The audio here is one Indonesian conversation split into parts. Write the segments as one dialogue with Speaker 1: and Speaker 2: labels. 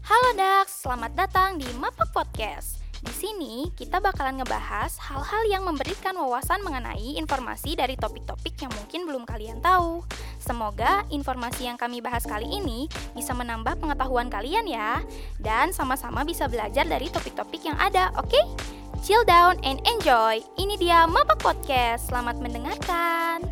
Speaker 1: Podax, selamat datang di Mapa Podcast. Di sini kita bakalan ngebahas hal-hal yang memberikan wawasan mengenai informasi dari topik-topik yang mungkin belum kalian tahu. Semoga informasi yang kami bahas kali ini bisa menambah pengetahuan kalian ya dan sama-sama bisa belajar dari topik-topik yang ada, oke? Chill down and enjoy. Ini dia Mapa Podcast. Selamat mendengarkan.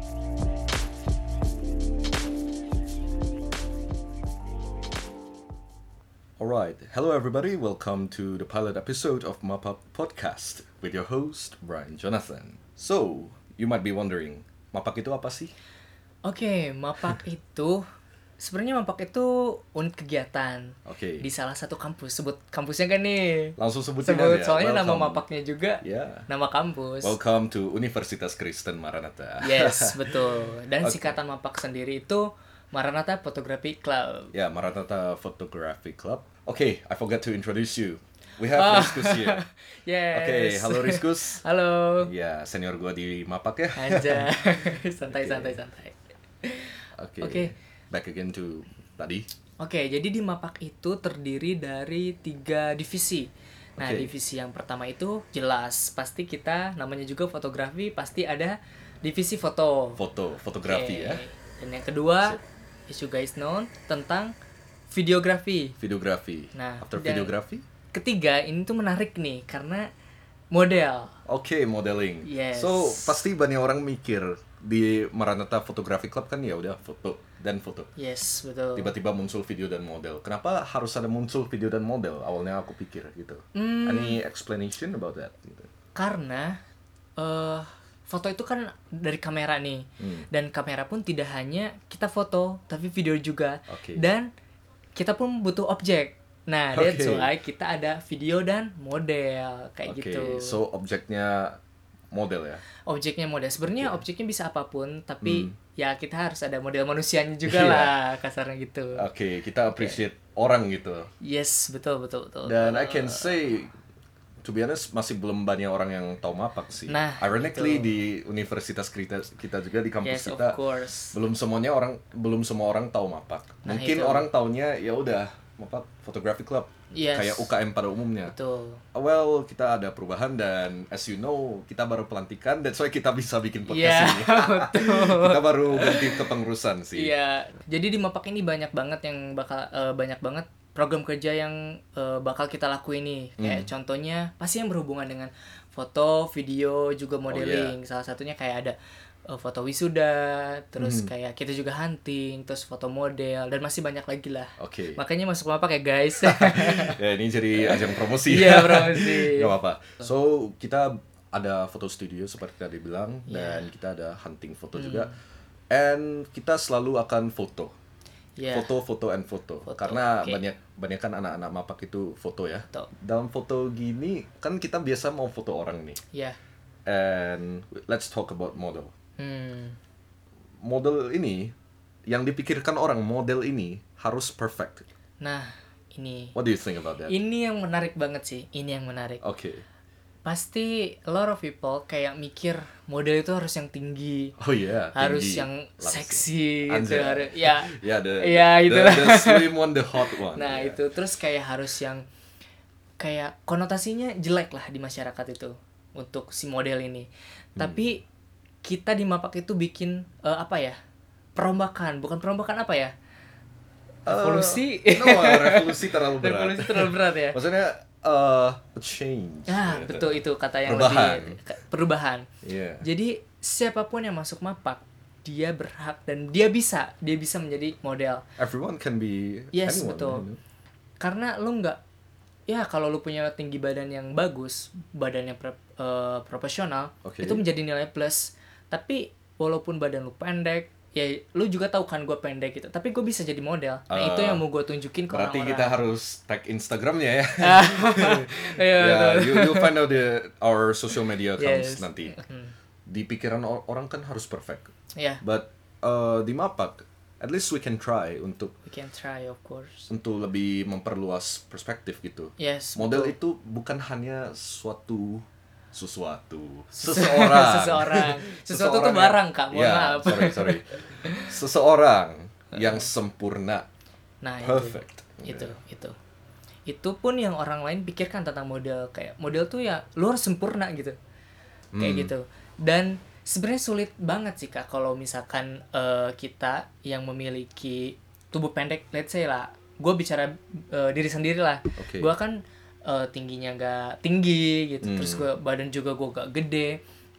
Speaker 2: All right. Hello, everybody. Welcome to the pilot episode of Mapa Podcast with your host, Brian Jonathan. So, you might be wondering, Mapak itu apa sih?
Speaker 3: Oke, mapak itu sebenarnya mapak itu unit kegiatan
Speaker 2: Oke.
Speaker 3: di salah satu kampus. Sebut kampusnya kan nih?
Speaker 2: Langsung sebutin
Speaker 3: Sebut
Speaker 2: aja. ya,
Speaker 3: soalnya
Speaker 2: Welcome.
Speaker 3: nama mapaknya juga.
Speaker 2: Ya.
Speaker 3: Nama kampus.
Speaker 2: Welcome to Universitas Kristen Maranatha.
Speaker 3: Yes, betul. Dan
Speaker 2: Oke.
Speaker 3: singkatan mapak sendiri itu Maranatha Photography Club.
Speaker 2: yeah, Maranatha Photography Club. Okay, I forgot to introduce you. We have Ya, Riskus here.
Speaker 3: Ah. Yes.
Speaker 2: Okay, halo Riskus.
Speaker 3: Halo.
Speaker 2: Ya, senior gua di Mapak ya.
Speaker 3: Anjay. santai santai santai.
Speaker 2: Oke.
Speaker 3: Oke.
Speaker 2: Back again to tadi.
Speaker 3: Oke, jadi di Mapak itu terdiri dari tiga divisi. Nah,
Speaker 2: Oke.
Speaker 3: divisi yang pertama itu jelas pasti kita namanya juga fotografi pasti ada divisi foto.
Speaker 2: Foto, fotografi
Speaker 3: Oke.
Speaker 2: ya.
Speaker 3: Dan yang kedua, as you guys know, tentang videografi.
Speaker 2: Videografi.
Speaker 3: Nah,
Speaker 2: After
Speaker 3: dan-
Speaker 2: videografi?
Speaker 3: Ketiga, ini tuh menarik nih karena model.
Speaker 2: Oke, modeling.
Speaker 3: Yes.
Speaker 2: So, pasti banyak orang mikir di Maranatha Photography Club kan ya udah foto dan foto.
Speaker 3: Yes, betul.
Speaker 2: Tiba-tiba muncul video dan model. Kenapa harus ada muncul video dan model? Awalnya aku pikir gitu.
Speaker 3: Hmm.
Speaker 2: Any explanation about that? Gitu.
Speaker 3: karena eh foto itu kan dari kamera nih
Speaker 2: Hmm.
Speaker 3: dan kamera pun tidak hanya kita foto tapi video juga
Speaker 2: Oke.
Speaker 3: dan kita pun butuh objek nah that's
Speaker 2: Oke.
Speaker 3: why kita ada video dan model
Speaker 2: Oke,
Speaker 3: kayak gitu
Speaker 2: so objeknya model ya.
Speaker 3: objeknya model sebenarnya objeknya bisa apapun tapi
Speaker 2: Hmm.
Speaker 3: ya kita harus ada model manusianya
Speaker 2: Iya.
Speaker 3: juga lah kasarnya gitu
Speaker 2: Oke, kita appreciate orang gitu.
Speaker 3: yes betul betul betul
Speaker 2: Dan I
Speaker 3: betul.
Speaker 2: can say to be honest masih belum banyak orang yang tahu mapak sih.
Speaker 3: Nah,
Speaker 2: ironically
Speaker 3: itu.
Speaker 2: di universitas kita kita juga di kampus
Speaker 3: yes of
Speaker 2: kita
Speaker 3: course
Speaker 2: belum semuanya orang belum semua orang tahu mapak
Speaker 3: Nah,
Speaker 2: mungkin
Speaker 3: itu.
Speaker 2: orang taunya ya udah mapak fotografi club
Speaker 3: Yes.
Speaker 2: kayak UKM pada umumnya
Speaker 3: betul
Speaker 2: well kita ada perubahan dan as you know kita baru pelantikan that's why kita bisa bikin podcast ini
Speaker 3: Iya, betul.
Speaker 2: kita baru ganti kepengurusan sih
Speaker 3: Iya. Jadi di Mapak ini banyak banget yang bakal eh, banyak banget program kerja yang eh, bakal kita lakuin nih.
Speaker 2: Hmm.
Speaker 3: Kayak contohnya pasti yang berhubungan dengan foto, video, juga
Speaker 2: Oh, iya.
Speaker 3: modeling. Salah satunya kayak ada eh, foto wisuda,
Speaker 2: Hmm.
Speaker 3: terus kayak kita juga hunting, terus foto model dan masih banyak lagi lah.
Speaker 2: Oke.
Speaker 3: Makanya masuk Mapak ya, guys.
Speaker 2: ya ini jadi ajang promosi
Speaker 3: Iya, promosi.
Speaker 2: Gak apa-apa so kita ada foto studio seperti tadi bilang
Speaker 3: Iya.
Speaker 2: dan kita ada hunting foto
Speaker 3: Hmm.
Speaker 2: juga and kita selalu akan foto
Speaker 3: Iya.
Speaker 2: foto foto and foto,
Speaker 3: Foto,
Speaker 2: karena
Speaker 3: oke.
Speaker 2: banyak banyak kan anak-anak mapak itu foto ya
Speaker 3: Foto.
Speaker 2: dalam foto gini kan kita biasa mau foto orang nih
Speaker 3: Iya.
Speaker 2: and let's talk about model
Speaker 3: Hmm.
Speaker 2: model ini yang dipikirkan orang model ini harus perfect
Speaker 3: Nah, ini
Speaker 2: what do you think about that oke
Speaker 3: ini yang menarik banget sih. Ini yang menarik. pasti a lot of people kayak mikir model itu harus yang tinggi
Speaker 2: oh iya
Speaker 3: harus
Speaker 2: tinggi.
Speaker 3: yang
Speaker 2: Langsung.
Speaker 3: seksi gitu
Speaker 2: Anjay.
Speaker 3: harus ya
Speaker 2: ya the,
Speaker 3: Ya,
Speaker 2: the-
Speaker 3: itulah.
Speaker 2: the, slim one the hot one
Speaker 3: nah
Speaker 2: Ya.
Speaker 3: itu terus kayak harus yang kayak konotasinya jelek lah di masyarakat itu untuk si model ini
Speaker 2: Hmm.
Speaker 3: tapi kita di mapak itu bikin eh, apa ya perombakan bukan perombakan apa ya revolusi
Speaker 2: Uh, no revolusi terlalu berat
Speaker 3: revolusi terlalu berat ya
Speaker 2: maksudnya eh a change
Speaker 3: nah
Speaker 2: gitu.
Speaker 3: betul itu kata yang
Speaker 2: Perubahan.
Speaker 3: lebih ke- perubahan
Speaker 2: Iya.
Speaker 3: Jadi siapapun yang masuk mapak, dia berhak dan dia bisa, dia bisa menjadi model.
Speaker 2: Everyone can be
Speaker 3: Yes,
Speaker 2: anyone.
Speaker 3: betul.
Speaker 2: you know.
Speaker 3: Karena lu nggak, ya kalau lu punya tinggi badan yang bagus, badan yang pro- eh, profesional,
Speaker 2: Oke.
Speaker 3: itu menjadi nilai plus. Tapi walaupun badan lu pendek, ya lu juga tahu kan gue pendek gitu. Tapi gue bisa jadi model. Nah itu
Speaker 2: Eh,
Speaker 3: yang mau gue tunjukin ke
Speaker 2: Berarti
Speaker 3: orang-orang. Ah,
Speaker 2: kita harus tag Instagramnya ya.
Speaker 3: Iya,
Speaker 2: Ya,
Speaker 3: betul.
Speaker 2: you you find out the our social media accounts
Speaker 3: Yes.
Speaker 2: nanti.
Speaker 3: Hmm.
Speaker 2: Di pikiran or- orang kan harus perfect.
Speaker 3: Ya,
Speaker 2: But uh, di Mapak, at least we can try untuk
Speaker 3: we can try of course.
Speaker 2: untuk lebih memperluas perspektif gitu.
Speaker 3: Yes.
Speaker 2: Model
Speaker 3: betul.
Speaker 2: itu bukan hanya suatu sesuatu seseorang
Speaker 3: Seseorang. Sesuatu tuh
Speaker 2: Seseorang yang-
Speaker 3: barang, Kak. Mohon
Speaker 2: Ya,
Speaker 3: maaf.
Speaker 2: sorry sorry seseorang yang sempurna
Speaker 3: Nah, itu.
Speaker 2: perfect Iya.
Speaker 3: itu itu itu pun yang orang lain pikirkan tentang model kayak model tuh ya lu harus sempurna gitu kayak
Speaker 2: Hmm.
Speaker 3: gitu dan sebenarnya sulit banget sih kak kalau misalkan eh, kita yang memiliki tubuh pendek let's say lah gue bicara eh, diri sendiri lah
Speaker 2: Oke.
Speaker 3: gue kan eh, tingginya gak tinggi gitu
Speaker 2: Hmm.
Speaker 3: terus gue badan juga gue gak gede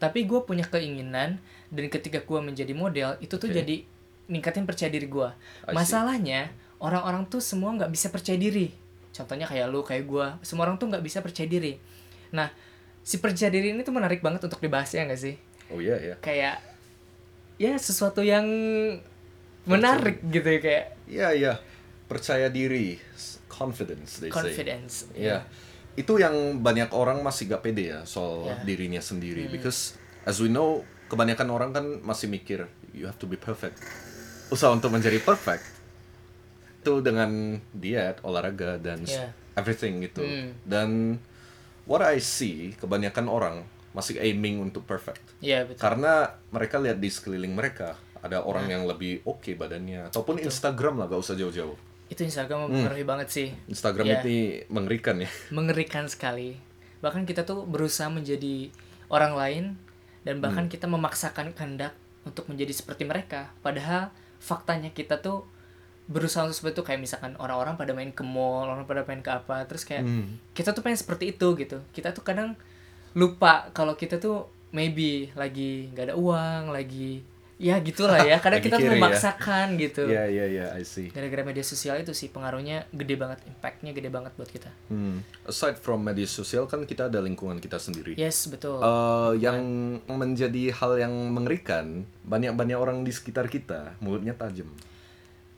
Speaker 3: tapi gue punya keinginan dan ketika gue menjadi model itu tuh
Speaker 2: Oke.
Speaker 3: jadi ningkatin percaya diri gue
Speaker 2: I see.
Speaker 3: masalahnya orang-orang tuh semua nggak bisa percaya diri contohnya kayak lu kayak gue semua orang tuh nggak bisa percaya diri nah si percaya diri ini tuh menarik banget untuk dibahas ya nggak sih
Speaker 2: Oh yeah, yeah.
Speaker 3: kayak ya sesuatu yang menarik gitu ya, kayak
Speaker 2: Yeah, yeah. Percaya diri, s- confidence they say.
Speaker 3: confidence
Speaker 2: Yeah. Itu yang banyak orang masih gak pede ya soal
Speaker 3: Yeah. Mm-hmm.
Speaker 2: dirinya sendiri because as we know kebanyakan orang kan masih mikir you have to be perfect. Usaha untuk menjadi perfect itu dengan diet, olahraga dan s-
Speaker 3: Yeah.
Speaker 2: everything gitu.
Speaker 3: Hmm.
Speaker 2: Dan what I see kebanyakan orang masih aiming untuk perfect.
Speaker 3: Iya, betul
Speaker 2: karena mereka lihat di sekeliling mereka ada orang
Speaker 3: Nah.
Speaker 2: yang lebih oke badannya ataupun Instagram lah gak usah jauh-jauh
Speaker 3: itu
Speaker 2: Hmm.
Speaker 3: Instagram mempengaruhi banget sih
Speaker 2: Instagram
Speaker 3: Iya.
Speaker 2: ini mengerikan ya
Speaker 3: mengerikan sekali bahkan kita tuh berusaha menjadi orang lain dan
Speaker 2: Hmm.
Speaker 3: bahkan kita memaksakan kehendak untuk menjadi seperti mereka padahal faktanya kita tuh berusaha untuk seperti itu kayak misalkan orang-orang pada main ke mall orang pada main ke apa terus kayak
Speaker 2: Hmm.
Speaker 3: kita tuh pengen seperti itu gitu kita tuh kadang lupa kalau kita tuh maybe lagi nggak ada uang lagi ya gitulah ya kadang
Speaker 2: Lagi
Speaker 3: kita tuh
Speaker 2: kiri ya.
Speaker 3: memaksakan gitu
Speaker 2: ya ya ya I see
Speaker 3: gara-gara media sosial itu sih pengaruhnya gede banget impactnya gede banget buat kita
Speaker 2: Hmm. aside from media sosial kan kita ada lingkungan kita sendiri
Speaker 3: yes betul
Speaker 2: Eh, yang menjadi hal yang mengerikan banyak-banyak orang di sekitar kita mulutnya tajam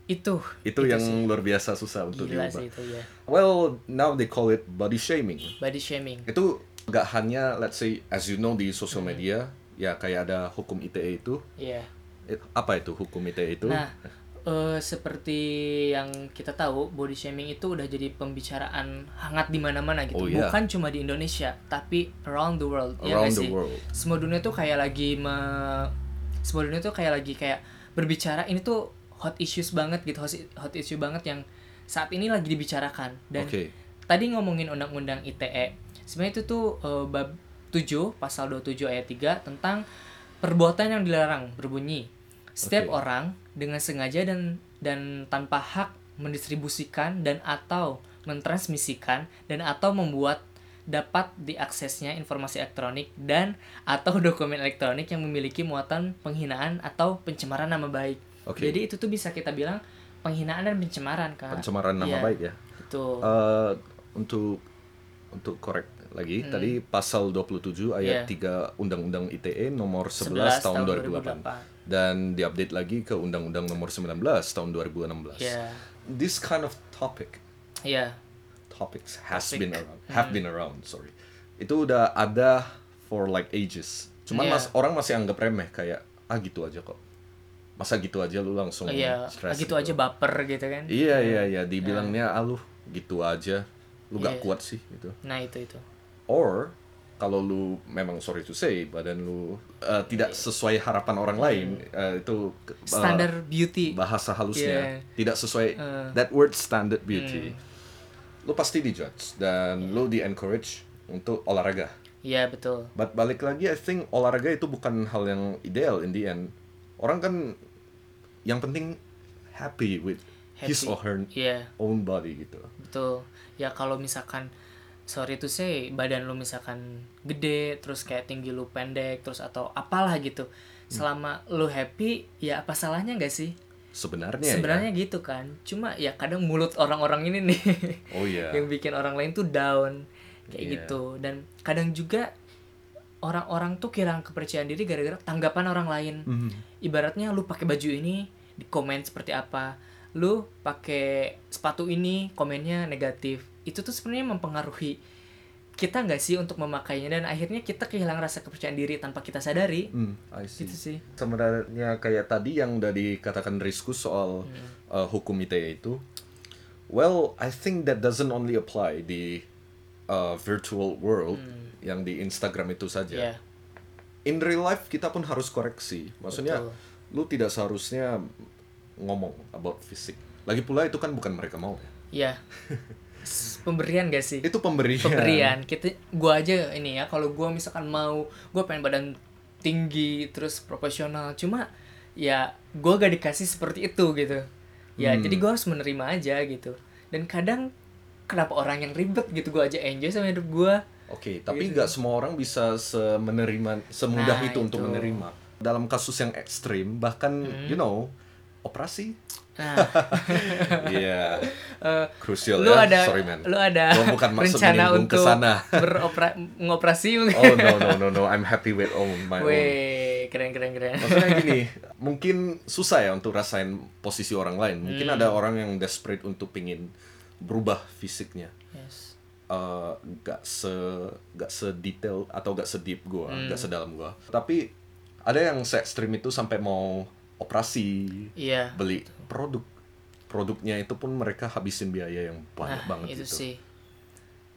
Speaker 3: itu
Speaker 2: itu, yang luar biasa susah untuk diubah
Speaker 3: gila sih itu ya
Speaker 2: well now they call it body shaming
Speaker 3: body shaming
Speaker 2: itu gak hanya let's say as you know di
Speaker 3: Hmm.
Speaker 2: sosial media ya kayak ada hukum ITE itu
Speaker 3: ya
Speaker 2: Eh, apa itu hukum ITE itu
Speaker 3: nah eh, seperti yang kita tahu body shaming itu udah jadi pembicaraan hangat di mana-mana
Speaker 2: Oh,
Speaker 3: gitu
Speaker 2: iya.
Speaker 3: bukan cuma di Indonesia tapi around the world ya
Speaker 2: around
Speaker 3: nggak
Speaker 2: the
Speaker 3: sih?
Speaker 2: world
Speaker 3: semua dunia tuh kayak lagi me... semua dunia tuh kayak lagi kayak berbicara ini tuh hot issues banget gitu hot hot issue banget yang saat ini lagi dibicarakan dan
Speaker 2: Oke.
Speaker 3: tadi ngomongin undang-undang ITE sebenarnya itu tuh eh, bab 7 pasal 27 ayat 3 tentang perbuatan yang dilarang berbunyi setiap
Speaker 2: Oke.
Speaker 3: orang dengan sengaja dan dan tanpa hak mendistribusikan dan atau mentransmisikan dan atau membuat dapat diaksesnya informasi elektronik dan atau dokumen elektronik yang memiliki muatan penghinaan atau pencemaran nama baik.
Speaker 2: Oke.
Speaker 3: Jadi itu tuh bisa kita bilang penghinaan dan pencemaran, Kak.
Speaker 2: pencemaran nama
Speaker 3: Iya, Oh.
Speaker 2: baik ya
Speaker 3: Betul.
Speaker 2: Eh, untuk untuk korek lagi tadi pasal 27 ayat
Speaker 3: Hmm. Iya.
Speaker 2: 3 Undang-Undang ITE nomor 11, tahun 2008.
Speaker 3: 2008.
Speaker 2: dan diupdate lagi ke Undang-Undang nomor 19 tahun 2016
Speaker 3: Iya.
Speaker 2: this kind of topic
Speaker 3: Iya.
Speaker 2: topics has
Speaker 3: Topic. Hmm.
Speaker 2: been around have been around sorry itu udah ada for like ages cuman
Speaker 3: Iya.
Speaker 2: mas orang masih anggap remeh kayak ah gitu aja kok masa gitu aja lu langsung
Speaker 3: Iya,
Speaker 2: stress
Speaker 3: gitu aja baper gitu kan.
Speaker 2: iya iya iya dibilangnya ah lu gitu aja lu gak
Speaker 3: Iya.
Speaker 2: kuat sih gitu
Speaker 3: Nah, itu itu.
Speaker 2: or kalau lu memang sorry to say badan lu eh,
Speaker 3: Iya.
Speaker 2: tidak sesuai harapan orang lain eh, itu ke- eh,
Speaker 3: Standar beauty.
Speaker 2: bahasa halusnya
Speaker 3: Yeah.
Speaker 2: tidak sesuai
Speaker 3: Eh.
Speaker 2: that word standard beauty
Speaker 3: Hmm.
Speaker 2: lu pasti dijudge dan lu di encourage untuk olahraga
Speaker 3: Iya, betul.
Speaker 2: but balik lagi I think olahraga itu bukan hal yang ideal in the end orang kan yang penting happy with his
Speaker 3: Happy.
Speaker 2: or her
Speaker 3: Iya,
Speaker 2: own body gitu
Speaker 3: betul. Ya kalau misalkan sorry to say badan lu misalkan gede, terus kayak tinggi lu pendek, terus atau apalah gitu.
Speaker 2: Hmm.
Speaker 3: Selama lu happy, ya apa salahnya nggak sih?
Speaker 2: sebenarnya ya.
Speaker 3: Sebenarnya gitu kan. Cuma ya kadang mulut orang-orang ini nih
Speaker 2: oh iya
Speaker 3: yang bikin orang lain tuh down kayak
Speaker 2: Iya.
Speaker 3: gitu. Dan kadang juga orang-orang tuh kehilangan kepercayaan diri gara-gara tanggapan orang lain.
Speaker 2: Mhm.
Speaker 3: ibaratnya lu pakai baju ini di komen seperti apa lu pakai sepatu ini komennya negatif itu tuh sebenarnya mempengaruhi kita nggak sih untuk memakainya dan akhirnya kita kehilangan rasa kepercayaan diri tanpa kita sadari
Speaker 2: Hmm, I see.
Speaker 3: gitu sih
Speaker 2: sebenarnya kayak tadi yang udah dikatakan Rizku soal
Speaker 3: Iya.
Speaker 2: uh, hukum ITE itu well I think that doesn't only apply di uh, virtual world
Speaker 3: Hmm.
Speaker 2: yang di Instagram itu saja
Speaker 3: ya
Speaker 2: in real life kita pun harus koreksi maksudnya
Speaker 3: Betul.
Speaker 2: lu tidak seharusnya ngomong about fisik lagi pula itu kan bukan mereka mau ya.
Speaker 3: ya s- pemberian gak sih?
Speaker 2: Itu pemberian.
Speaker 3: pemberian. Kita gua aja ini ya kalau gua misalkan mau gua pengen badan tinggi terus proporsional cuma ya gua gak dikasih seperti itu gitu. Ya
Speaker 2: Hmm.
Speaker 3: jadi gua harus menerima aja gitu. Dan kadang kenapa orang yang ribet gitu gua aja enjoy sama hidup gua.
Speaker 2: Oke, tapi
Speaker 3: Gitu.
Speaker 2: nggak semua orang bisa se- menerima semudah
Speaker 3: Nah,
Speaker 2: itu, untuk
Speaker 3: itu. Hmm.
Speaker 2: menerima. Dalam kasus yang ekstrim, bahkan you know operasi.
Speaker 3: Nah,
Speaker 2: Iya,
Speaker 3: eh,
Speaker 2: crucial
Speaker 3: lu
Speaker 2: ya.
Speaker 3: ada
Speaker 2: Sorry man.
Speaker 3: lu ada
Speaker 2: Gua bukan maksud
Speaker 3: rencana
Speaker 2: menyinggung
Speaker 3: untuk
Speaker 2: ke sana.
Speaker 3: beropera- mengoperasi mungkin.
Speaker 2: Oh no no no no, I'm happy with own Oh my own.
Speaker 3: Weh, keren keren keren.
Speaker 2: Maksudnya gini, mungkin susah ya untuk rasain posisi orang lain. Mungkin
Speaker 3: Hmm.
Speaker 2: ada orang yang desperate untuk pingin berubah fisiknya.
Speaker 3: Yes.
Speaker 2: eh, gak se gak sedetail atau gak sedip gua,
Speaker 3: Hmm.
Speaker 2: gak sedalam gua. Tapi ada yang se ekstrim itu sampai mau operasi,
Speaker 3: Iya.
Speaker 2: beli produk. Produknya itu pun mereka habisin biaya yang banyak
Speaker 3: Nah,
Speaker 2: banget
Speaker 3: itu,
Speaker 2: gitu.
Speaker 3: sih.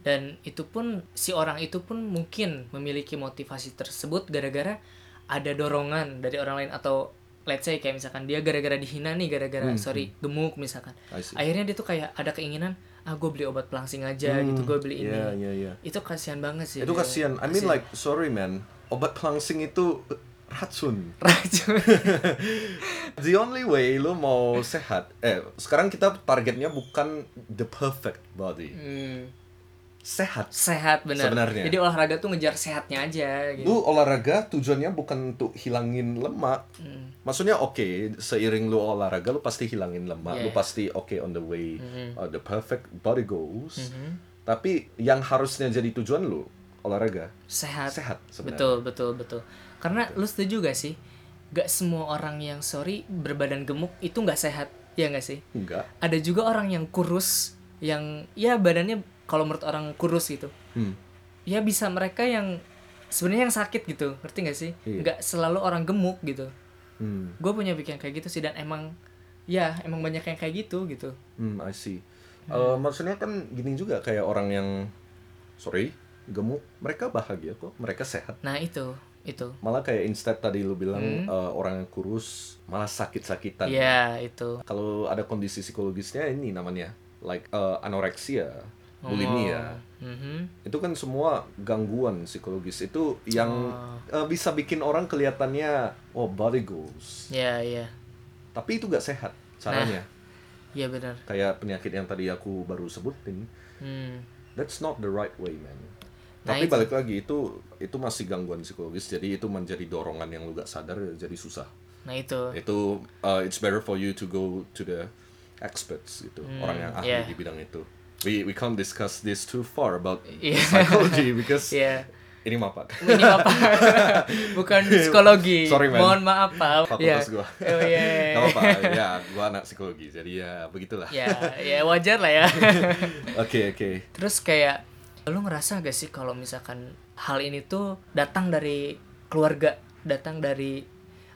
Speaker 3: Dan itu pun si orang itu pun mungkin memiliki motivasi tersebut gara-gara ada dorongan dari orang lain atau let's say kayak misalkan dia gara-gara dihina nih gara-gara
Speaker 2: Hmm,
Speaker 3: sorry gemuk misalkan.
Speaker 2: I see.
Speaker 3: Akhirnya dia tuh kayak ada keinginan ah gue beli obat pelangsing aja gitu gue beli ini.
Speaker 2: Iya, iya, iya.
Speaker 3: Itu kasihan banget sih.
Speaker 2: Itu
Speaker 3: dia.
Speaker 2: kasihan. I mean
Speaker 3: iya. Kasihan.
Speaker 2: like sorry man, obat pelangsing itu eh, racun.
Speaker 3: racun.
Speaker 2: The only way lu mau sehat, eh sekarang kita targetnya bukan the perfect body,
Speaker 3: Hmm,
Speaker 2: sehat.
Speaker 3: sehat benar.
Speaker 2: Sebenarnya.
Speaker 3: Jadi olahraga tuh ngejar sehatnya aja gitu.
Speaker 2: Lu olahraga tujuannya bukan untuk hilangin lemak.
Speaker 3: Hmm,
Speaker 2: Maksudnya oke, seiring lu olahraga lu pasti hilangin lemak, lu
Speaker 3: Yeah.
Speaker 2: pasti oke on the way
Speaker 3: Mhm.
Speaker 2: uh, the perfect body goals.
Speaker 3: mhm.
Speaker 2: Tapi yang harusnya jadi tujuan lu olahraga
Speaker 3: Sehat.
Speaker 2: sehat sebenarnya. Gitu.
Speaker 3: Betul, betul, betul. Karena lu setuju gak sih? Gak semua orang yang sorry berbadan gemuk itu gak sehat, ya gak sih?
Speaker 2: Enggak.
Speaker 3: Ada juga orang yang kurus, yang ya badannya kalau menurut orang kurus gitu.
Speaker 2: Hmm.
Speaker 3: Ya bisa mereka yang sebenarnya yang sakit gitu, ngerti gak sih?
Speaker 2: Iya.
Speaker 3: Gak selalu orang gemuk gitu.
Speaker 2: Hmm.
Speaker 3: Gue punya pikiran kayak gitu sih dan emang ya emang banyak yang kayak gitu gitu.
Speaker 2: Hmm, I see. Eh, maksudnya kan gini juga kayak orang yang sorry gemuk, mereka bahagia kok, mereka sehat.
Speaker 3: Nah itu, itu.
Speaker 2: Malah kayak instead tadi lu bilang
Speaker 3: Hmm.
Speaker 2: eh, orang yang kurus malah sakit-sakitan.
Speaker 3: Ya itu.
Speaker 2: Kalau ada kondisi psikologisnya ini namanya like eh, anoreksia,
Speaker 3: Oh.
Speaker 2: bulimia.
Speaker 3: Mhm.
Speaker 2: Itu kan semua gangguan psikologis itu yang
Speaker 3: Oh.
Speaker 2: eh, bisa bikin orang kelihatannya oh body goals.
Speaker 3: Ya, ya.
Speaker 2: Tapi itu gak sehat caranya.
Speaker 3: Ya benar.
Speaker 2: Kayak penyakit yang tadi aku baru sebutin.
Speaker 3: Hmm.
Speaker 2: That's not the right way, man.
Speaker 3: Nah,
Speaker 2: Tapi
Speaker 3: itu.
Speaker 2: balik lagi itu itu masih gangguan psikologis, jadi itu menjadi dorongan yang lu gak sadar jadi susah.
Speaker 3: Nah itu.
Speaker 2: Itu uh, it's better for you to go to the experts gitu, orang yang ahli
Speaker 3: Hmm, yeah.
Speaker 2: di bidang itu. We we can't discuss this too far about
Speaker 3: Iya.
Speaker 2: psychology because
Speaker 3: Iya.
Speaker 2: ini mapak.
Speaker 3: Ini apa? Bukan psikologi.
Speaker 2: Sorry, man.
Speaker 3: Mohon maaf, Pak. Iya.
Speaker 2: Fakultas gua.
Speaker 3: Oh, iya.
Speaker 2: Gak apa-apa, ya gua anak psikologi, jadi ya begitulah.
Speaker 3: Ya, ya wajar lah ya.
Speaker 2: Oke, oke.
Speaker 3: Terus kayak lu ngerasa gak sih kalau misalkan hal ini tuh datang dari keluarga, datang dari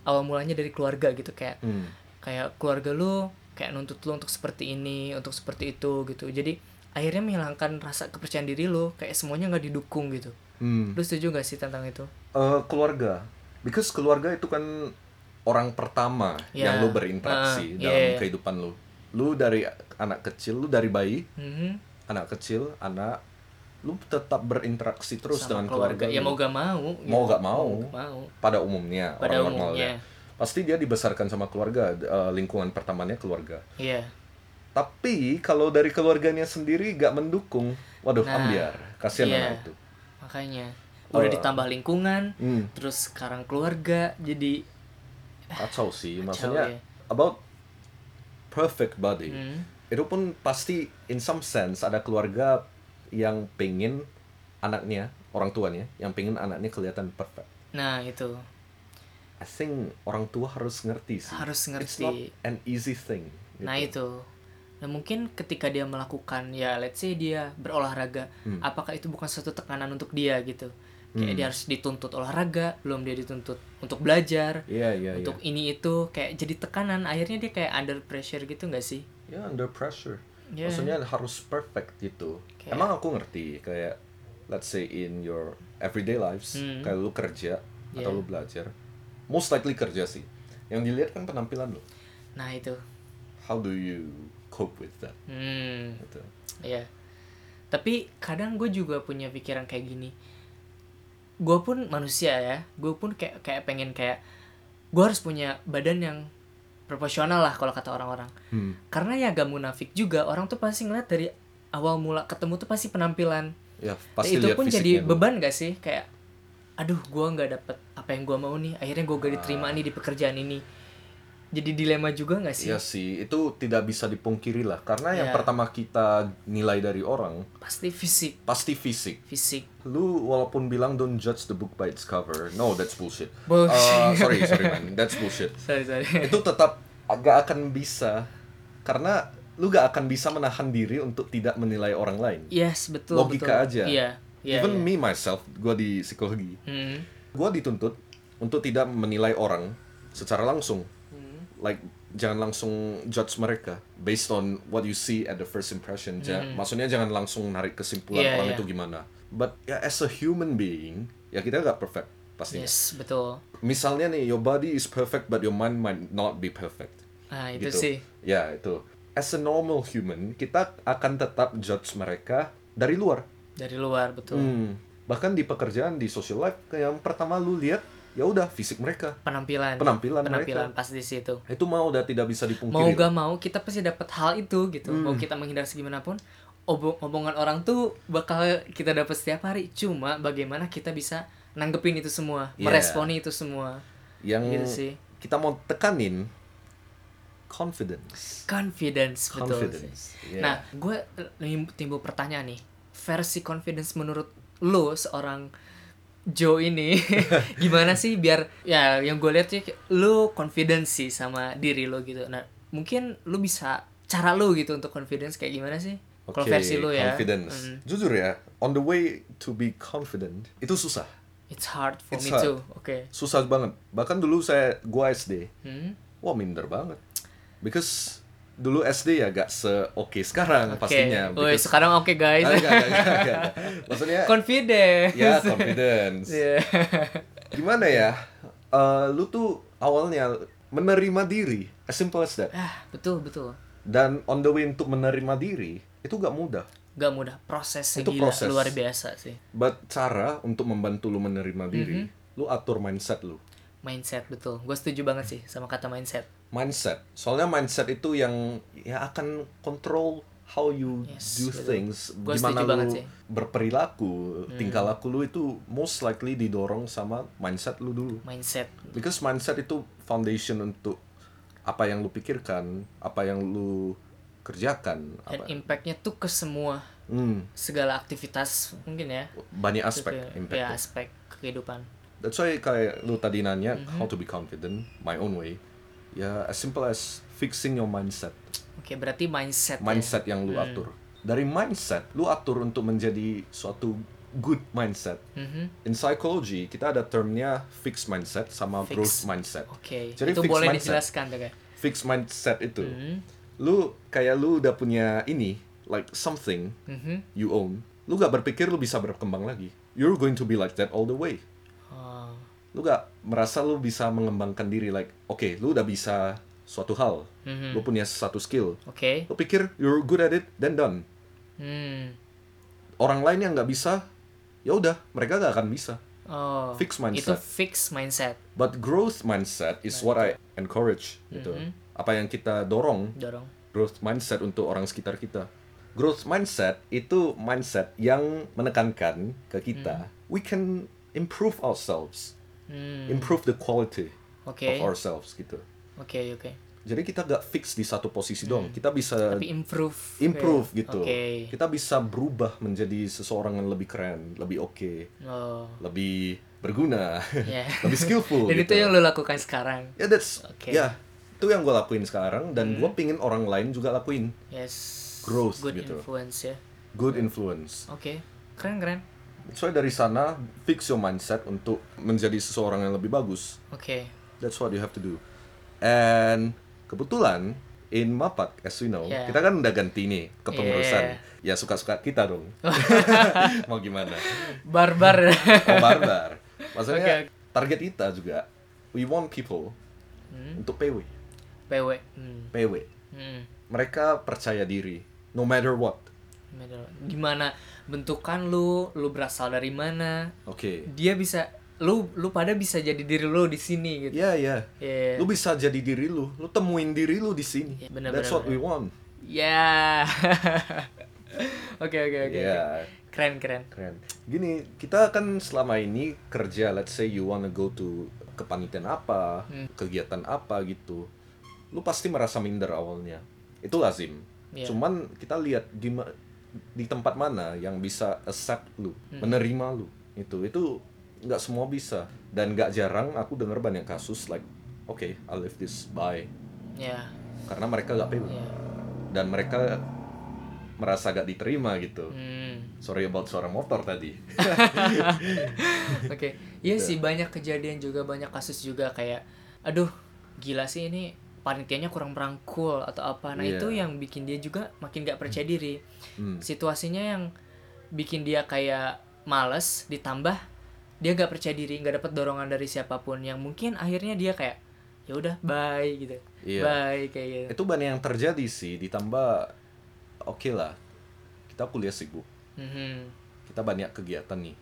Speaker 3: awal mulanya dari keluarga gitu kayak
Speaker 2: Hmm.
Speaker 3: kayak keluarga lu kayak nuntut lu untuk seperti ini, untuk seperti itu gitu. Jadi akhirnya menghilangkan rasa kepercayaan diri lu kayak semuanya nggak didukung gitu.
Speaker 2: Hmm.
Speaker 3: Lu setuju gak sih tentang itu?
Speaker 2: Eh, keluarga, because keluarga itu kan orang pertama
Speaker 3: Ya.
Speaker 2: yang lu berinteraksi
Speaker 3: Ah,
Speaker 2: dalam
Speaker 3: iya, iya.
Speaker 2: kehidupan lu. Lu dari anak kecil, lu dari bayi,
Speaker 3: Mhm.
Speaker 2: anak kecil, anak, lu tetap berinteraksi terus
Speaker 3: Sama
Speaker 2: dengan keluarga.
Speaker 3: ya
Speaker 2: lu.
Speaker 3: mau gak mau
Speaker 2: Mau gak mau.
Speaker 3: gak mau
Speaker 2: Pada umumnya,
Speaker 3: pada
Speaker 2: orang normalnya.
Speaker 3: umumnya
Speaker 2: Pasti dia dibesarkan sama keluarga, d- eh, lingkungan pertamanya keluarga.
Speaker 3: iya
Speaker 2: Tapi kalau dari keluarganya sendiri gak mendukung, waduh
Speaker 3: Nah,
Speaker 2: ambiar, kasihan
Speaker 3: iya.
Speaker 2: anak itu.
Speaker 3: makanya udah
Speaker 2: Oh.
Speaker 3: ditambah lingkungan
Speaker 2: Hmm.
Speaker 3: terus sekarang keluarga jadi
Speaker 2: kacau sih
Speaker 3: Kacau,
Speaker 2: maksudnya
Speaker 3: ya.
Speaker 2: about perfect body
Speaker 3: Hmm.
Speaker 2: itu pun pasti in some sense ada keluarga yang pengen anaknya orang tuanya yang pengen anaknya kelihatan perfect
Speaker 3: nah
Speaker 2: Gitu.
Speaker 3: itu
Speaker 2: I think orang tua harus ngerti sih
Speaker 3: Harus
Speaker 2: it's not
Speaker 3: ngerti.
Speaker 2: an easy thing gitu.
Speaker 3: nah itu nah mungkin ketika dia melakukan ya let's say dia berolahraga
Speaker 2: Hmm.
Speaker 3: apakah itu bukan suatu tekanan untuk dia gitu kayak dia harus dituntut olahraga belum dia dituntut untuk belajar
Speaker 2: iya iya iya
Speaker 3: untuk ini itu kayak jadi tekanan akhirnya dia kayak under pressure gitu nggak sih
Speaker 2: ya under pressure
Speaker 3: Ya.
Speaker 2: maksudnya harus perfect gitu
Speaker 3: Kayak-
Speaker 2: emang aku ngerti kayak let's say in your everyday lives
Speaker 3: Hmm.
Speaker 2: kayak lu kerja atau
Speaker 3: Yeah.
Speaker 2: lu belajar most likely kerja sih yang dilihat kan penampilan lu
Speaker 3: nah itu
Speaker 2: how do you cope with that
Speaker 3: hmm
Speaker 2: gitu.
Speaker 3: Iya. Tapi kadang gue juga punya pikiran kayak gini. Gue pun manusia ya. Gue pun kayak kayak pengen kayak gue harus punya badan yang proporsional lah kalau kata orang-orang.
Speaker 2: Hmm.
Speaker 3: Karena ya gak munafik juga orang tuh pasti ngeliat dari awal mula ketemu tuh pasti penampilan.
Speaker 2: Ya,
Speaker 3: Dan
Speaker 2: pasti
Speaker 3: Nah, itu
Speaker 2: lihat
Speaker 3: pun jadi
Speaker 2: fisiknya dulu.
Speaker 3: beban gak sih kayak aduh gua nggak dapet apa yang gua mau nih akhirnya gua
Speaker 2: Ah.
Speaker 3: gak diterima nih di pekerjaan ini jadi dilema juga nggak sih
Speaker 2: Iya sih, itu tidak bisa dipungkiri lah. Karena yang
Speaker 3: Iya.
Speaker 2: pertama kita nilai dari orang,
Speaker 3: pasti fisik
Speaker 2: pasti fisik.
Speaker 3: fisik
Speaker 2: Lu walaupun bilang don't judge the book by its cover, no, that's bullshit.
Speaker 3: Bullshit.
Speaker 2: Uh, sorry, sorry man, that's bullshit.
Speaker 3: sorry sorry
Speaker 2: Itu tetap agak akan bisa, karena lu gak akan bisa menahan diri untuk tidak menilai orang lain.
Speaker 3: yes betul
Speaker 2: Logika
Speaker 3: betul.
Speaker 2: aja.
Speaker 3: iya iya
Speaker 2: Even
Speaker 3: iya.
Speaker 2: me myself, gue di psikologi,
Speaker 3: Hmm.
Speaker 2: gue dituntut untuk tidak menilai orang secara langsung.
Speaker 3: Hmm.
Speaker 2: Like jangan langsung judge mereka based on what you see at the first impression. Ja-
Speaker 3: Hmm.
Speaker 2: Maksudnya jangan langsung narik kesimpulan
Speaker 3: Iya,
Speaker 2: orang
Speaker 3: iya.
Speaker 2: itu gimana. But ya as a human being, ya kita nggak perfect pastinya.
Speaker 3: yes betul
Speaker 2: Misalnya nih, your body is perfect but your mind might not be perfect.
Speaker 3: nah itu
Speaker 2: Gitu.
Speaker 3: sih
Speaker 2: Ya itu. As a normal human, kita akan tetap judge mereka dari luar.
Speaker 3: dari luar betul
Speaker 2: Hmm. Bahkan di pekerjaan di social life kayak yang pertama lu lihat ya udah fisik mereka.
Speaker 3: penampilan
Speaker 2: Penampilan
Speaker 3: penampilan
Speaker 2: mereka. ya.
Speaker 3: pasti di situ
Speaker 2: Itu mau udah tidak bisa dipungkiri.
Speaker 3: mau gak mau kita pasti dapat hal itu gitu
Speaker 2: Hmm.
Speaker 3: mau kita menghindar segimana pun obong omongan orang tuh bakal kita dapat setiap hari cuma bagaimana kita bisa nanggepin itu semua
Speaker 2: Iya.
Speaker 3: meresponi itu semua
Speaker 2: yang
Speaker 3: gitu sih.
Speaker 2: kita mau tekanin confidence.
Speaker 3: confidence, betul sih.
Speaker 2: Confidence. Iya.
Speaker 3: nah gue timbul pertanyaan nih versi confidence menurut lo seorang Joe ini gimana sih biar ya yang gue lihat sih lo confidence sih sama diri lo gitu nah mungkin lo bisa cara lo gitu untuk confidence kayak gimana sih kalau
Speaker 2: Oke,
Speaker 3: versi lo ya
Speaker 2: Confidence.
Speaker 3: Mm.
Speaker 2: Jujur ya, on the way to be confident itu susah.
Speaker 3: It's hard for
Speaker 2: It's
Speaker 3: me
Speaker 2: hard.
Speaker 3: too. Oke.
Speaker 2: Susah banget. Bahkan dulu saya gua SD,
Speaker 3: Hmm.
Speaker 2: wah minder banget. Because dulu SD ya gak se-oke sekarang
Speaker 3: Oke.
Speaker 2: Ya, pastinya.
Speaker 3: Woi,
Speaker 2: Because-
Speaker 3: sekarang oke guys.
Speaker 2: Ah, enggak, enggak, enggak, enggak, enggak. Maksudnya
Speaker 3: Confident.
Speaker 2: ya confidence.
Speaker 3: Iya.
Speaker 2: Gimana ya? Eh, lu tuh awalnya menerima diri, as simple as that.
Speaker 3: ah, betul betul.
Speaker 2: Dan on the way untuk menerima diri itu gak mudah.
Speaker 3: Gak mudah. Prosesnya
Speaker 2: Itu
Speaker 3: gila,
Speaker 2: proses.
Speaker 3: luar biasa sih.
Speaker 2: But cara untuk membantu lu menerima diri,
Speaker 3: Mhm.
Speaker 2: lu atur mindset lu.
Speaker 3: Mindset betul. Gue setuju banget sih sama kata mindset.
Speaker 2: Mindset. Soalnya mindset itu yang ya akan kontrol how you
Speaker 3: Yes,
Speaker 2: do
Speaker 3: betul.
Speaker 2: things,
Speaker 3: Gua
Speaker 2: gimana
Speaker 3: setuju banget
Speaker 2: lu
Speaker 3: sih. Hmm.
Speaker 2: berperilaku, tingkah laku lu itu most likely didorong sama mindset lu dulu.
Speaker 3: Mindset.
Speaker 2: Because mindset itu foundation untuk apa yang lu pikirkan, apa yang lu kerjakan,
Speaker 3: Dan
Speaker 2: apa.
Speaker 3: impactnya tuh ke semua
Speaker 2: Hmm,
Speaker 3: segala aktivitas mungkin ya.
Speaker 2: banyak aspek
Speaker 3: Gitu ya.
Speaker 2: impact.
Speaker 3: Ya, aspek kehidupan.
Speaker 2: That's why kayak lu tadi nanya how to be confident my own way. Ya as simple as fixing your mindset.
Speaker 3: Oke, berarti mindset. ya.
Speaker 2: Mindset yang lu atur. Dari mindset lu atur untuk menjadi suatu good mindset.
Speaker 3: Mhm.
Speaker 2: In psychology kita ada termnya fixed mindset sama
Speaker 3: Fixed.
Speaker 2: growth mindset.
Speaker 3: Oke.
Speaker 2: Jadi
Speaker 3: Itu
Speaker 2: fixed
Speaker 3: boleh
Speaker 2: mindset.
Speaker 3: dijelaskan tuh guys.
Speaker 2: Fixed mindset itu lu kayak lu udah punya ini like something
Speaker 3: Mhm.
Speaker 2: you own. Lu gak berpikir lu bisa berkembang lagi. You're going to be like that all the way.
Speaker 3: Oh.
Speaker 2: lu gak merasa lu bisa mengembangkan diri like oke lu udah bisa suatu hal
Speaker 3: Mhm.
Speaker 2: lu punya satu skill
Speaker 3: Oke.
Speaker 2: lu pikir you're good at it then done
Speaker 3: Hmm.
Speaker 2: orang lain yang nggak bisa ya udah mereka gak akan bisa
Speaker 3: Oh.
Speaker 2: Fixed mindset.
Speaker 3: Itu fixed mindset.
Speaker 2: but growth mindset is what I encourage gitu apa yang kita dorong
Speaker 3: Dorong.
Speaker 2: growth mindset untuk orang sekitar kita growth mindset itu mindset yang menekankan ke kita we can improve ourselves
Speaker 3: Hmm.
Speaker 2: improve the quality
Speaker 3: Oke.
Speaker 2: of ourselves gitu
Speaker 3: Oke, oke.
Speaker 2: Jadi kita gak fix di satu posisi doang. Kita bisa
Speaker 3: Hmm. Tapi improve.
Speaker 2: improve
Speaker 3: kayak-
Speaker 2: gitu.
Speaker 3: Oke.
Speaker 2: Kita bisa berubah menjadi seseorang yang lebih keren, lebih oke,
Speaker 3: Oh.
Speaker 2: lebih berguna,
Speaker 3: Ya.
Speaker 2: lebih skillful.
Speaker 3: Dan itu
Speaker 2: gitu.
Speaker 3: yang lo lakukan sekarang.
Speaker 2: Ya that's
Speaker 3: Oke.
Speaker 2: ya itu yang gue lakuin sekarang dan
Speaker 3: Hmm.
Speaker 2: gue pingin orang lain juga lakuin.
Speaker 3: Yes.
Speaker 2: Growth
Speaker 3: Good
Speaker 2: gitu.
Speaker 3: influence ya.
Speaker 2: Good influence.
Speaker 3: Oke. Keren-keren.
Speaker 2: So dari sana fix your mindset untuk menjadi seseorang yang lebih bagus.
Speaker 3: Oke.
Speaker 2: That's what you have to do. And kebetulan in Mapak, as we know,
Speaker 3: Yeah.
Speaker 2: kita kan udah ganti nih kepengurusan. Ya suka-suka kita dong. Mau gimana?
Speaker 3: Barbar.
Speaker 2: Mau barbar. Maksudnya
Speaker 3: Oke,
Speaker 2: target kita juga, we want people untuk PW.
Speaker 3: PW. Hmm.
Speaker 2: PW.
Speaker 3: Hmm.
Speaker 2: Mereka percaya diri, no matter what.
Speaker 3: Gimana bentukan lu, lu berasal dari mana?
Speaker 2: Oke.
Speaker 3: Dia bisa lu lu pada bisa jadi diri lu di sini gitu.
Speaker 2: Ya ya.
Speaker 3: Iya.
Speaker 2: Lu bisa jadi diri lu. Lu temuin diri lu di sini.
Speaker 3: Iya, benar,
Speaker 2: That's
Speaker 3: benar,
Speaker 2: what we want.
Speaker 3: Ya. Oke oke oke.
Speaker 2: Ya.
Speaker 3: Keren Iya, keren.
Speaker 2: Keren. Gini, kita kan selama ini kerja, let's say you wanna go to kepanitiaan apa,
Speaker 3: Hmm.
Speaker 2: kegiatan apa gitu. Lu pasti merasa minder awalnya. Itu lazim.
Speaker 3: Iya.
Speaker 2: Cuman kita lihat di ma- di tempat mana yang bisa accept lu,
Speaker 3: Hmm.
Speaker 2: menerima lu. Itu itu nggak semua bisa dan nggak jarang aku dengar banyak kasus like oke I leave this bye
Speaker 3: Ya.
Speaker 2: karena mereka nggak pede
Speaker 3: Ya.
Speaker 2: dan mereka merasa gak diterima gitu
Speaker 3: Hmm.
Speaker 2: sorry about suara motor tadi
Speaker 3: Oke. Iya sih banyak kejadian juga banyak kasus juga kayak aduh gila sih ini panitianya kurang merangkul atau apa. Nah,
Speaker 2: Iya.
Speaker 3: itu yang bikin dia juga makin gak percaya diri.
Speaker 2: Hmm.
Speaker 3: Situasinya yang bikin dia kayak males ditambah dia gak percaya diri, gak dapat dorongan dari siapapun yang mungkin akhirnya dia kayak ya udah bye gitu.
Speaker 2: Iya.
Speaker 3: Bye kayak gitu.
Speaker 2: itu banyak yang terjadi sih ditambah oke lah kita kuliah sibuk
Speaker 3: Mhm.
Speaker 2: kita banyak kegiatan nih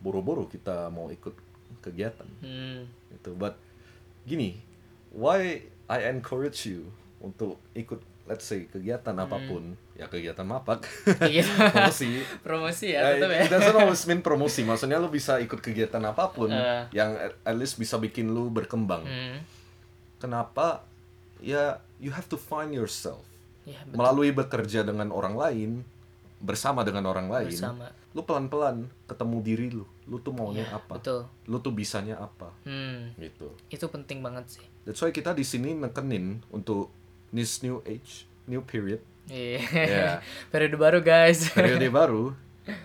Speaker 2: buru-buru kita mau ikut kegiatan
Speaker 3: Hmm.
Speaker 2: itu but gini why I encourage you untuk ikut let's say kegiatan
Speaker 3: Hmm.
Speaker 2: apapun ya kegiatan mapak
Speaker 3: Iya.
Speaker 2: promosi
Speaker 3: Promosi
Speaker 2: Eh,
Speaker 3: ya tetap ya.
Speaker 2: it doesn't always mean promosi maksudnya lu bisa ikut kegiatan apapun
Speaker 3: Eh.
Speaker 2: yang at- at least bisa bikin lu berkembang
Speaker 3: Hmm.
Speaker 2: kenapa ya you have to find yourself
Speaker 3: Ya, betul.
Speaker 2: melalui bekerja dengan orang lain bersama dengan orang lain
Speaker 3: Bersama.
Speaker 2: lu pelan-pelan ketemu diri lu lu tuh maunya apa
Speaker 3: Iya, Betul.
Speaker 2: lu tuh bisanya apa
Speaker 3: Hmm.
Speaker 2: gitu
Speaker 3: Itu penting banget sih.
Speaker 2: that's why kita di sini nekenin untuk this new age new period
Speaker 3: Iya.
Speaker 2: Iya.
Speaker 3: Periode baru guys.
Speaker 2: periode baru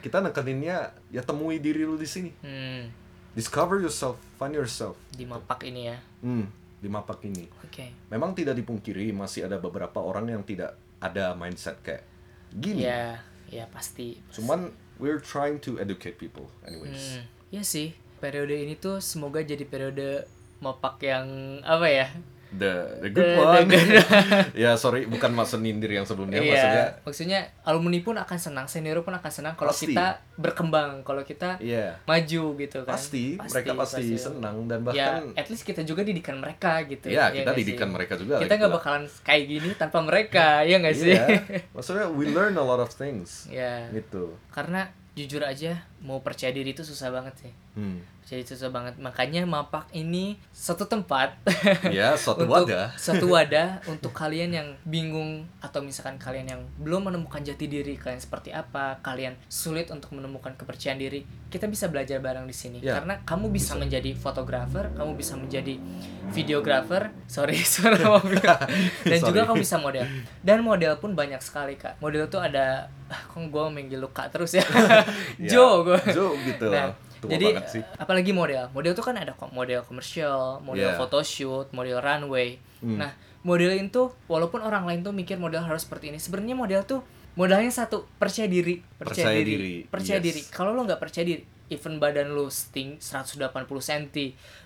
Speaker 2: kita nekeninnya ya temui diri lu di sini
Speaker 3: Hmm.
Speaker 2: discover yourself find yourself
Speaker 3: Di mapak ini ya.
Speaker 2: hmm, di mapak ini
Speaker 3: Oke.
Speaker 2: memang tidak dipungkiri masih ada beberapa orang yang tidak ada mindset kayak gini
Speaker 3: Ya, ya pasti.
Speaker 2: Cuman we're trying to educate people anyways.
Speaker 3: Hmm. Ya sih. Periode ini tuh semoga jadi periode mapak yang apa ya?
Speaker 2: The the good
Speaker 3: The-
Speaker 2: one.
Speaker 3: the good
Speaker 2: ya sorry bukan maksud nyindir yang sebelumnya
Speaker 3: Iya.
Speaker 2: Ya, maksudnya
Speaker 3: maksudnya alumni pun akan senang, senior pun akan senang kalau
Speaker 2: Pasti.
Speaker 3: kita berkembang, kalau kita
Speaker 2: Iya.
Speaker 3: maju gitu kan.
Speaker 2: Pasti, mereka pasti, senang dan
Speaker 3: ya
Speaker 2: bahkan
Speaker 3: at least kita juga didikan mereka gitu
Speaker 2: ya,
Speaker 3: Iya
Speaker 2: kita
Speaker 3: nggak
Speaker 2: didikan
Speaker 3: sih?
Speaker 2: mereka juga.
Speaker 3: kita
Speaker 2: gitu
Speaker 3: nggak
Speaker 2: lah.
Speaker 3: bakalan kayak gini tanpa mereka ya nggak sih
Speaker 2: Iya. Maksudnya we learn a lot of things.
Speaker 3: ya
Speaker 2: Gitu.
Speaker 3: karena jujur aja mau percaya diri itu susah banget sih
Speaker 2: Hmm.
Speaker 3: percaya diri susah banget makanya mapak ini satu tempat
Speaker 2: Ya, suatu
Speaker 3: untuk
Speaker 2: wadah.
Speaker 3: satu wadah untuk kalian yang bingung atau misalkan kalian yang belum menemukan jati diri kalian seperti apa kalian sulit untuk menemukan kepercayaan diri kita bisa belajar bareng di sini
Speaker 2: Ya.
Speaker 3: karena kamu bisa, menjadi fotografer kamu bisa menjadi videografer sorry suara mobil dan
Speaker 2: Sorry.
Speaker 3: juga kamu bisa model dan model pun banyak sekali kak model tuh ada ah, kok gue manggil lu kak terus ya
Speaker 2: Ya,
Speaker 3: Jo gue
Speaker 2: Joe gitu
Speaker 3: Nah,
Speaker 2: lah. Tua
Speaker 3: jadi
Speaker 2: banget sih.
Speaker 3: apalagi model. Model itu kan ada kom- model komersial, model
Speaker 2: Yeah.
Speaker 3: photoshoot, model runway.
Speaker 2: Hmm.
Speaker 3: Nah, model itu walaupun orang lain tuh mikir model harus seperti ini, sebenarnya model tuh modalnya satu percaya diri,
Speaker 2: Percaya
Speaker 3: percaya, diri,
Speaker 2: diri,
Speaker 3: percaya
Speaker 2: yes.
Speaker 3: diri. Kalau lo nggak percaya diri, even badan lo sting 180 cm,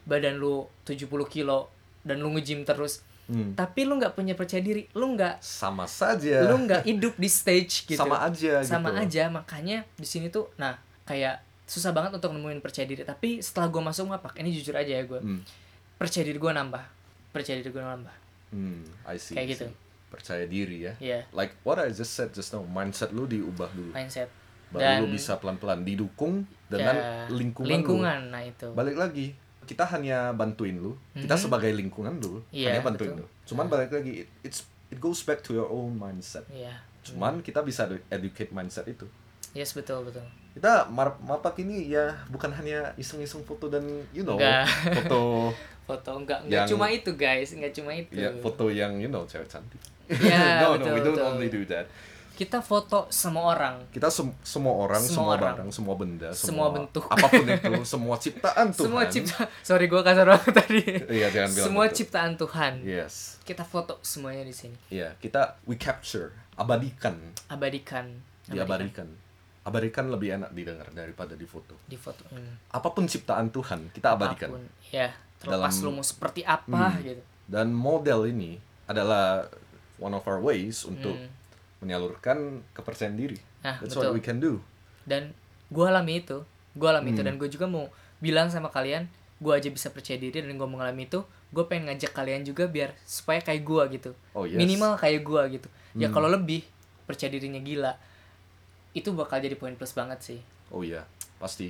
Speaker 3: badan lo 70 kilo dan lo nge-gym terus,
Speaker 2: Hmm.
Speaker 3: tapi lo nggak punya percaya diri, lo nggak
Speaker 2: Sama saja.
Speaker 3: lu nggak hidup di stage
Speaker 2: Iya.
Speaker 3: gitu
Speaker 2: Sama aja gitu.
Speaker 3: sama aja makanya di sini tuh nah kayak susah banget untuk nemuin percaya diri tapi setelah gue masuk mapak ini jujur aja ya gue
Speaker 2: Hmm.
Speaker 3: percaya diri gue nambah percaya diri gue nambah
Speaker 2: Hmm, I see.
Speaker 3: Kayak
Speaker 2: I
Speaker 3: gitu.
Speaker 2: see. Percaya diri ya.
Speaker 3: Iya.
Speaker 2: Like what I just said just now, mindset lu diubah dulu.
Speaker 3: mindset
Speaker 2: Baru lu bisa pelan-pelan didukung dengan
Speaker 3: ya,
Speaker 2: lingkungan, lu.
Speaker 3: lingkungan nah itu
Speaker 2: Balik lagi, kita hanya bantuin lu. Kita sebagai lingkungan dulu,
Speaker 3: Hmm. Iya,
Speaker 2: hanya bantuin
Speaker 3: betul. Ah.
Speaker 2: lu. Cuman balik lagi, it, it's it goes back to your own mindset.
Speaker 3: iya
Speaker 2: Cuman kita bisa edu- educate mindset itu.
Speaker 3: yes betul betul
Speaker 2: Kita mar- mapak ini ya bukan hanya iseng-iseng foto dan you know,
Speaker 3: Enggak.
Speaker 2: foto
Speaker 3: foto nggak nggak
Speaker 2: Yang-
Speaker 3: cuma itu guys nggak cuma itu
Speaker 2: ya foto yang you know cewek cantik.
Speaker 3: Ya,
Speaker 2: no, no,
Speaker 3: betul,
Speaker 2: we don't
Speaker 3: betul.
Speaker 2: only do that.
Speaker 3: kita foto semua orang
Speaker 2: kita sem- semua orang,
Speaker 3: Semua
Speaker 2: semua,
Speaker 3: orang.
Speaker 2: barang, semua benda,
Speaker 3: Semua bentuk.
Speaker 2: apapun itu, semua ciptaan Tuhan.
Speaker 3: semua cipta sorry gue kasar banget tadi
Speaker 2: Iya, jangan bilang
Speaker 3: semua
Speaker 2: gitu.
Speaker 3: ciptaan Tuhan
Speaker 2: Yes.
Speaker 3: kita foto semuanya di sini
Speaker 2: Iya, kita we capture, abadikan,
Speaker 3: abadikan
Speaker 2: diabadikan. Abadikan lebih enak didengar daripada difoto.
Speaker 3: di foto Hmm.
Speaker 2: Apapun ciptaan Tuhan, kita abadikan.
Speaker 3: apapun ya terlepas
Speaker 2: Dalam-
Speaker 3: lu mau seperti apa
Speaker 2: Hmm.
Speaker 3: gitu
Speaker 2: Dan model ini adalah one of our ways untuk menyalurkan kepercayaan diri.
Speaker 3: Hmm. Nah,
Speaker 2: That's
Speaker 3: betul.
Speaker 2: what we can do.
Speaker 3: dan gue alami itu gue alami
Speaker 2: Hmm.
Speaker 3: itu dan gue juga mau bilang sama kalian gue aja bisa percaya diri dan gue mengalami itu gue pengen ngajak kalian juga biar supaya kayak gue gitu
Speaker 2: Oh, yes. Hmm.
Speaker 3: minimal kayak gue gitu ya kalau lebih percaya dirinya gila itu bakal jadi poin plus banget sih
Speaker 2: Oh iya, pasti.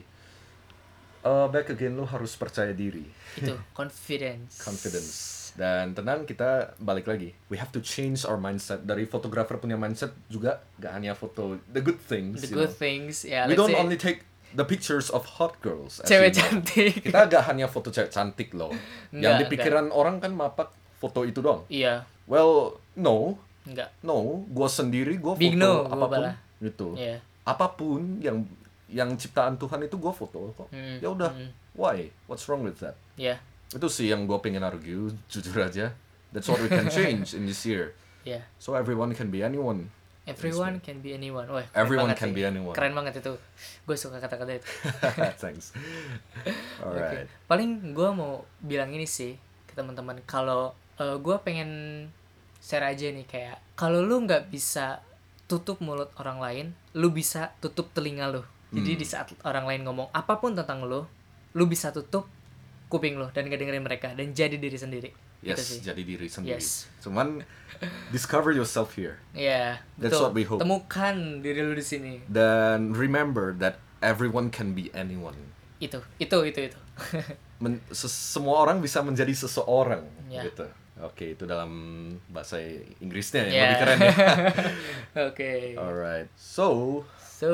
Speaker 2: Eh, back again lo harus percaya diri,
Speaker 3: itu confidence
Speaker 2: confidence. Dan tenang kita balik lagi. We have to change our mindset. Dari fotografer punya mindset juga gak hanya foto the good things.
Speaker 3: the
Speaker 2: you
Speaker 3: good
Speaker 2: know.
Speaker 3: things ya
Speaker 2: We
Speaker 3: let's
Speaker 2: don't
Speaker 3: say
Speaker 2: only take the pictures of hot girls. as you
Speaker 3: cewek
Speaker 2: know.
Speaker 3: cantik
Speaker 2: Kita gak hanya foto cewek cantik loh. Yang
Speaker 3: Nggak,
Speaker 2: di pikiran orang kan mapak foto itu doang.
Speaker 3: iya
Speaker 2: Well, no,
Speaker 3: enggak
Speaker 2: no. Gue sendiri gue foto
Speaker 3: Big no, gua
Speaker 2: apapun
Speaker 3: bala.
Speaker 2: gitu.
Speaker 3: Iya.
Speaker 2: Apapun yang yang ciptaan Tuhan itu gue foto kok.
Speaker 3: Mm,
Speaker 2: Ya udah, why? What's wrong with that?
Speaker 3: ya
Speaker 2: Itu sih yang gue pengen argue, jujur aja. That's what we can change in this year.
Speaker 3: ya
Speaker 2: So everyone can be anyone.
Speaker 3: everyone can be anyone Wah, keren
Speaker 2: Everyone
Speaker 3: banget
Speaker 2: can
Speaker 3: sih.
Speaker 2: be anyone.
Speaker 3: keren banget itu gue suka kata-kata itu
Speaker 2: Thanks. Alright.
Speaker 3: paling gue mau bilang ini sih ke teman-teman kalau gue pengen share aja nih kayak kalau lu nggak bisa tutup mulut orang lain lu bisa tutup telinga lu jadi
Speaker 2: Hmm.
Speaker 3: di saat orang lain ngomong apapun tentang lu lu bisa tutup kuping lu dan gak dengerin mereka dan jadi diri sendiri gitu sih
Speaker 2: Yes, jadi diri sendiri.
Speaker 3: Yes.
Speaker 2: Cuman discover yourself here.
Speaker 3: Iya,
Speaker 2: That's
Speaker 3: betul.
Speaker 2: what we hope.
Speaker 3: temukan diri lu di sini
Speaker 2: Dan remember that everyone can be anyone.
Speaker 3: itu itu itu itu
Speaker 2: Men- se- semua orang bisa menjadi seseorang
Speaker 3: Ya.
Speaker 2: gitu. Oke, itu dalam bahasa Inggrisnya yang
Speaker 3: Ya.
Speaker 2: lebih keren ya.
Speaker 3: oke
Speaker 2: Alright. So,
Speaker 3: So,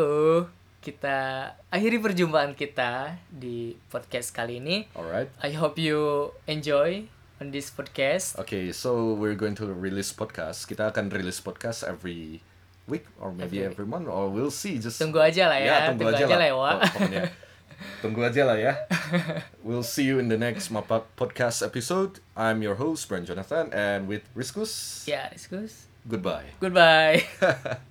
Speaker 3: kita akhiri perjumpaan kita di podcast kali ini.
Speaker 2: alright.
Speaker 3: I hope you enjoy on this podcast.
Speaker 2: Okay, so we're going to release podcast. Kita akan rilis podcast every week or maybe every,
Speaker 3: Every
Speaker 2: month or we'll see. Just
Speaker 3: Tunggu aja lah ya,
Speaker 2: tunggu, aja, lah.
Speaker 3: Wak.
Speaker 2: Pok- pokoknya. tunggu aja lah ya. We'll see you in the next Mapak podcast episode. I'm your host Brian Jonathan and with Riskus.
Speaker 3: Ya, yeah, excuse.
Speaker 2: Goodbye.
Speaker 3: Goodbye.